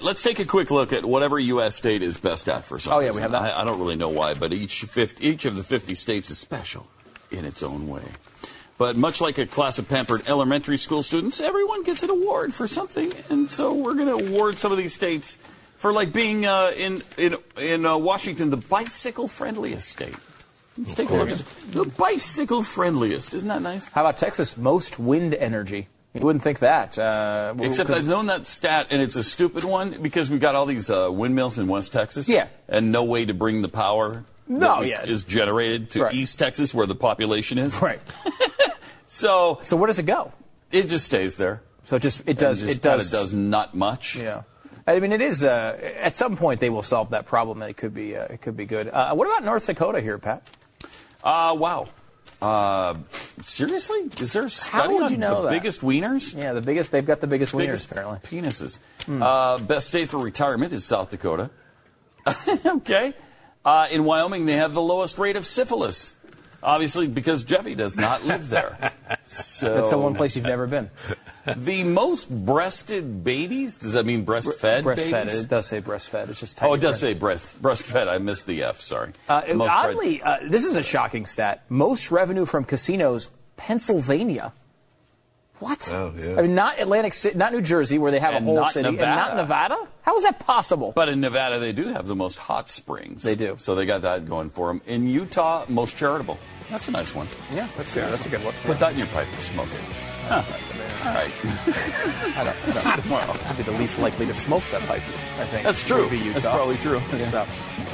Let's take a quick look at whatever U.S. state is best at for some Oh, yeah, we reason. have that. I, I don't really know why, but each, 50, each of the 50 states is special in its own way. But much like a class of pampered elementary school students, everyone gets an award for something, and so we're going to award some of these states for like being uh, in in in uh, Washington the bicycle friendliest state. Let's take a look at the bicycle friendliest. Isn't that nice? How about Texas? Most wind energy. You wouldn't think that. Uh, well, Except 'cause- I've known that stat, and it's a stupid one because we've got all these uh, windmills in West Texas. Yeah. And no way to bring the power No, that yeah. is generated to Right. East Texas where the population is. right. So So where does it go? it just stays there. So it just it does And just it does kinda does not much. Yeah. I mean, it is. Uh, at some point, they will solve that problem. and It could be. Uh, it could be good. Uh, what about North Dakota here, Pat? Uh, wow. Uh, seriously? Is there a study would on you the know that? biggest wieners? Yeah, the biggest. They've got the biggest winners biggest apparently. penises. Uh, best state for retirement is South Dakota. okay. Uh, in Wyoming, they have the lowest rate of syphilis. Obviously, because Jeffy does not live there. So That's the one place you've never been. the most breasted babies. Does that mean breastfed? breastfed. babies? It does say breastfed. It's just. Oh, tiny it does print. say breast breastfed. I missed the F. Sorry. Uh, Most breast- oddly, uh, this is a shocking stat. Most revenue from casinos, Pennsylvania. What? Oh, yeah. I mean, not Atlantic City, not New Jersey, where they have And a whole not city, and Nevada. not Nevada. How is that possible? But in Nevada, they do have the most hot springs. They do. So they got that going for them. In Utah, most charitable. That's a nice one. yeah, That's, yeah, that's a good one. Put that in your pipe and smoke it. Huh. All right. I don't. I don't- Tomorrow. I'd be the least likely to smoke that pipe. I think That's true. Would be Utah. That's probably true. So,